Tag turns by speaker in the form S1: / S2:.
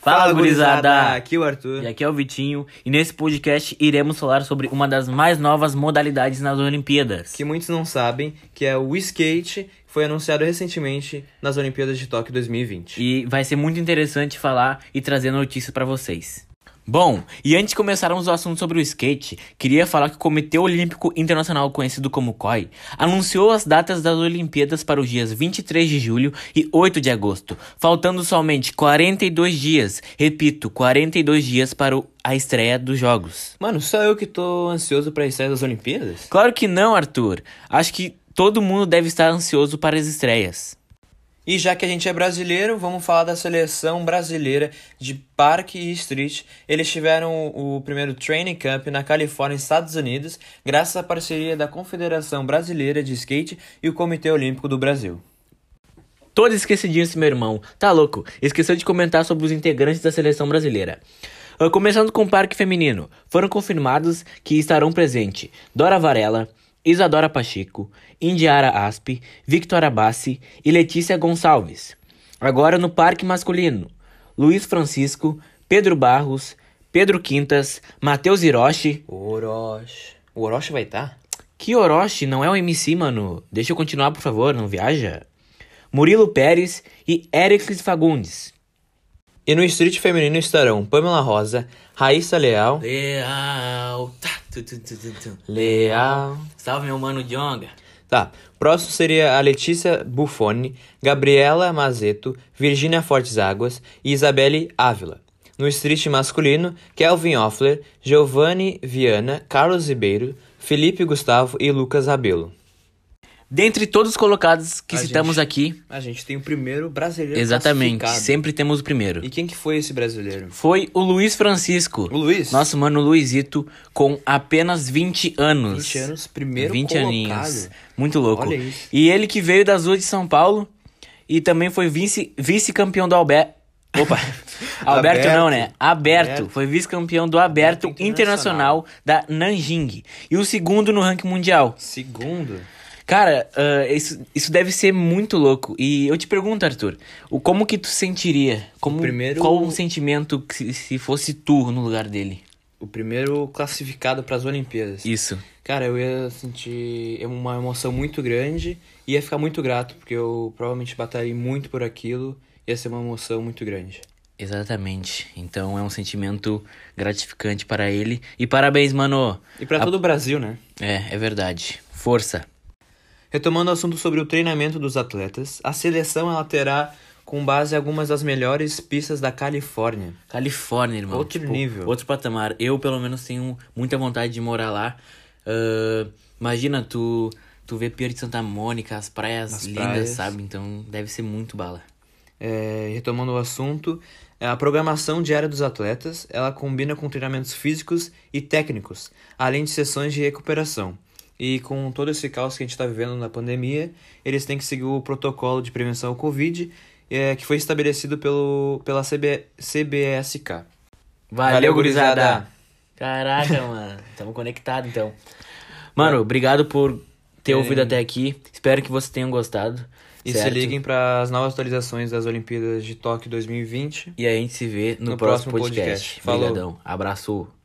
S1: Fala, gurizada!
S2: Aqui é o Arthur.
S1: E aqui é o Vitinho, e nesse podcast iremos falar sobre uma das mais novas modalidades nas Olimpíadas.
S2: Que muitos não sabem, que é o skate, que foi anunciado recentemente nas Olimpíadas de Tóquio 2020.
S1: E vai ser muito interessante falar e trazer notícias pra vocês. Bom, e antes de começarmos o assunto sobre o skate, queria falar que o Comitê Olímpico Internacional, conhecido como COI, anunciou as datas das Olimpíadas para os dias 23 de julho e 8 de agosto, faltando somente 42 dias, repito, 42 dias para o- a estreia dos Jogos.
S2: Mano, só eu que tô ansioso pra estreia das Olimpíadas?
S1: Claro que não, Arthur. Acho que todo mundo deve estar ansioso para as estreias.
S2: E já que a gente é brasileiro, vamos falar da seleção brasileira de parque e street. Eles tiveram o primeiro training camp na Califórnia, Estados Unidos, graças à parceria da Confederação Brasileira de Skate e o Comitê Olímpico do Brasil.
S1: Todo esquecidinho esse meu irmão. Tá louco? Esqueceu de comentar sobre os integrantes da seleção brasileira. Ah, Começando com o parque feminino. Foram confirmados que estarão presentes Dora Varela, Isadora Pacheco, Indiara Aspe, Victoria Bassi e Letícia Gonçalves. Agora no parque masculino. Luiz Francisco, Pedro Barros, Pedro Quintas, Matheus Hiroshi.
S2: Orochi. O Orochi vai tá? estar?
S1: Que Orochi não é um MC, mano. Deixa eu continuar, por favor, não viaja. Murilo Pérez e Ericles Fagundes.
S2: E no street feminino estarão Pamela Rosa, Raíssa Leal,
S1: Leal. Tá, tu, tu, tu, tu, tu.
S2: Leal.
S1: Salve, meu mano Dionga.
S2: Tá. Próximo seria a Letícia Buffoni, Gabriela Mazeto, Virginia Fortes Águas e Isabelle Ávila. No street masculino, Kelvin Offler, Giovanni Viana, Carlos Ribeiro, Felipe Gustavo e Lucas Rabelo.
S1: Dentre todos os colocados que
S2: A
S1: citamos
S2: gente-
S1: aqui,
S2: A gente tem o primeiro brasileiro
S1: exatamente,
S2: classificado.
S1: sempre temos o primeiro.
S2: E quem que foi esse brasileiro?
S1: Foi o Luiz Francisco.
S2: O Luiz?
S1: Nosso mano Luizito, com apenas 20 anos.
S2: 20 anos, primeiro
S1: 20
S2: colocado.
S1: aninhos. Muito louco.
S2: Olha isso.
S1: E ele que veio das ruas de São Paulo e também foi vice- vice-campeão do Alberto. Opa! Alberto
S2: Aberto.
S1: não, né? Aberto.
S2: Aberto.
S1: Foi vice-campeão do Aberto
S2: Aberto Internacional.
S1: Internacional da Nanjing. E o segundo no ranking mundial.
S2: Segundo.
S1: Cara, ah, isso, isso deve ser muito louco. E eu te pergunto, Arthur, o, como que tu sentiria? Como,
S2: primeiro-
S1: Qual o sentimento que se, se fosse tu no lugar dele?
S2: O primeiro classificado para as Olimpíadas.
S1: Isso.
S2: Cara, eu ia sentir uma emoção muito grande e ia ficar muito grato, porque eu provavelmente batalhei muito por aquilo, ia ser uma emoção muito grande.
S1: Exatamente. Então é um sentimento gratificante para ele. E parabéns, mano.
S2: E pra todo o Brasil, né?
S1: É, é verdade. Força.
S2: Retomando o assunto sobre o treinamento dos atletas, a seleção ela terá com base em algumas das melhores pistas da Califórnia.
S1: Califórnia, irmão. Tipo,
S2: Outro nível.
S1: Outro patamar. Eu, pelo menos, tenho muita vontade de morar lá. Ah, imagina, tu, tu vê Pier de Santa Mônica, as praias
S2: As
S1: lindas,
S2: praias.
S1: sabe? Então deve ser muito bala.
S2: É, retomando o assunto, é, a programação diária dos atletas, ela combina com treinamentos físicos e técnicos, além de sessões de recuperação. E com todo esse caos que a gente está vivendo na pandemia, eles têm que seguir o protocolo de prevenção ao Covid, é, que foi estabelecido pelo, pela CB, CBSK.
S1: Valeu,
S2: Valeu,
S1: gurizada.
S2: gurizada.
S1: Caraca, mano. Tamo conectado, então. Mano, obrigado por ter ouvido até aqui. Espero que vocês tenham gostado.
S2: É. E
S1: certo?
S2: se liguem para as novas atualizações das Olimpíadas de Tóquio 2020.
S1: E a gente se vê no,
S2: No
S1: próximo
S2: próximo
S1: podcast.
S2: podcast. Falou.
S1: Obrigadão. Abraço.